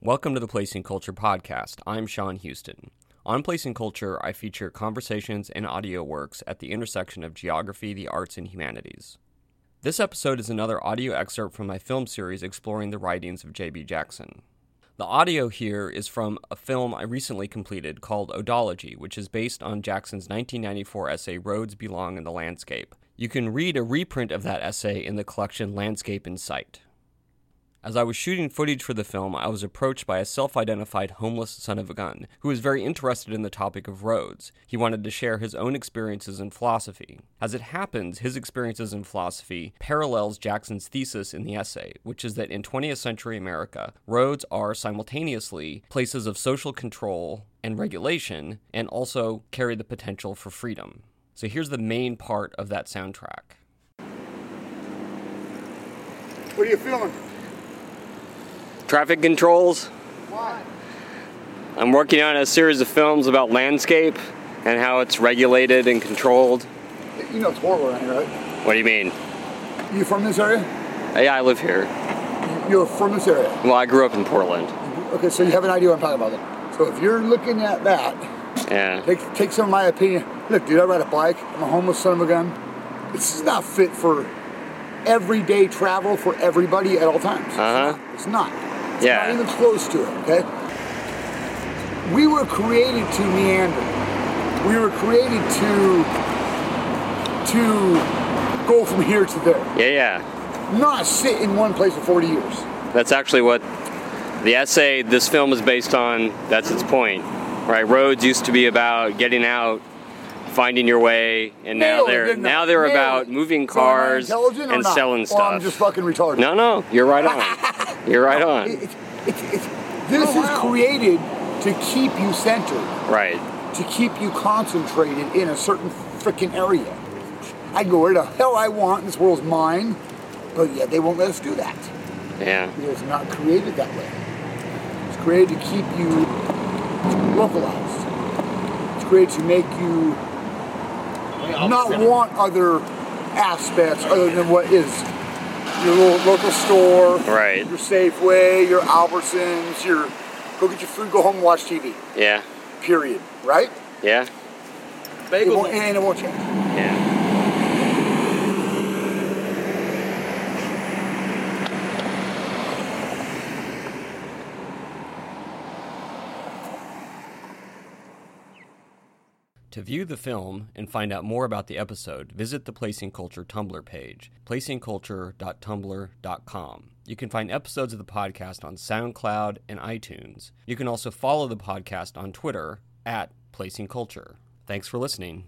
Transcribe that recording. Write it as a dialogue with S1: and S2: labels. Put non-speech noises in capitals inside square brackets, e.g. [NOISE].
S1: Welcome to the Placing Culture podcast. I'm Sean Houston. On Placing Culture, I feature conversations and audio works at the intersection of geography, the arts, and humanities. This episode is another audio excerpt from my film series exploring the writings of J.B. Jackson. The audio here is from a film I recently completed called Odology, which is based on Jackson's 1994 essay Roads Belong in the Landscape. You can read a reprint of that essay in the collection Landscape in Sight. As I was shooting footage for the film, I was approached by a self identified homeless son of a gun who was very interested in the topic of roads. He wanted to share his own experiences in philosophy. As it happens, his experiences in philosophy parallels Jackson's thesis in the essay, which is that in 20th century America, roads are simultaneously places of social control and regulation and also carry the potential for freedom. So here's the main part of that soundtrack.
S2: What are you feeling?
S1: Traffic controls.
S2: Why?
S1: I'm working on a series of films about landscape and how it's regulated and controlled.
S2: You know it's horrible around here, right?
S1: What do you mean?
S2: You from this area?
S1: Yeah, I live here.
S2: You're from this area.
S1: Well, I grew up in Portland.
S2: Okay, so you have an idea what I'm talking about then. So if you're looking at that,
S1: Yeah.
S2: take, take some of my opinion. Look, dude, I ride a bike. I'm a homeless son of a gun. This is not fit for everyday travel for everybody at all times. It's
S1: Uh-huh.
S2: not. It's not. It's
S1: Yeah.
S2: Not even close to it, okay? We were created to meander. We were created to to go from here to there.
S1: Yeah, yeah.
S2: not sit in one place for 40 years.
S1: That's actually what the essay this film is based on. That's its point. Right? Roads used to be about getting out, finding your way, and now
S2: Nailed it,
S1: they're
S2: didn't I?
S1: now they're
S2: Nailed
S1: about
S2: it.
S1: moving
S2: So am I
S1: cars
S2: intelligent or
S1: and
S2: not?
S1: selling
S2: Or
S1: stuff.
S2: I'm just fucking retarded.
S1: No, no, you're
S2: [LAUGHS]
S1: right on. You're right
S2: It-
S1: on.
S2: it- it- it- this
S1: Oh, wow.
S2: is created to keep you centered,
S1: Right.
S2: to keep you concentrated in a certain freaking area. I can go where the hell I want. This world's mine, but yet they won't let us do that.
S1: Yeah.
S2: It is not created that way. It's created to keep you localized. It's created to make you not want other aspects other than what is your little local store,
S1: Right.
S2: your Safeway, your Albertsons, your go get your food, go home, and watch TV.
S1: Yeah.
S2: Period. Right?
S1: Yeah.
S2: It won't, and it won't change.
S1: Yeah. To view the film and find out more about the episode, visit the Placing Culture Tumblr page, placingculture.tumblr.com. You can find episodes of the podcast on SoundCloud and iTunes. You can also follow the podcast on Twitter at Placing Culture. Thanks for listening.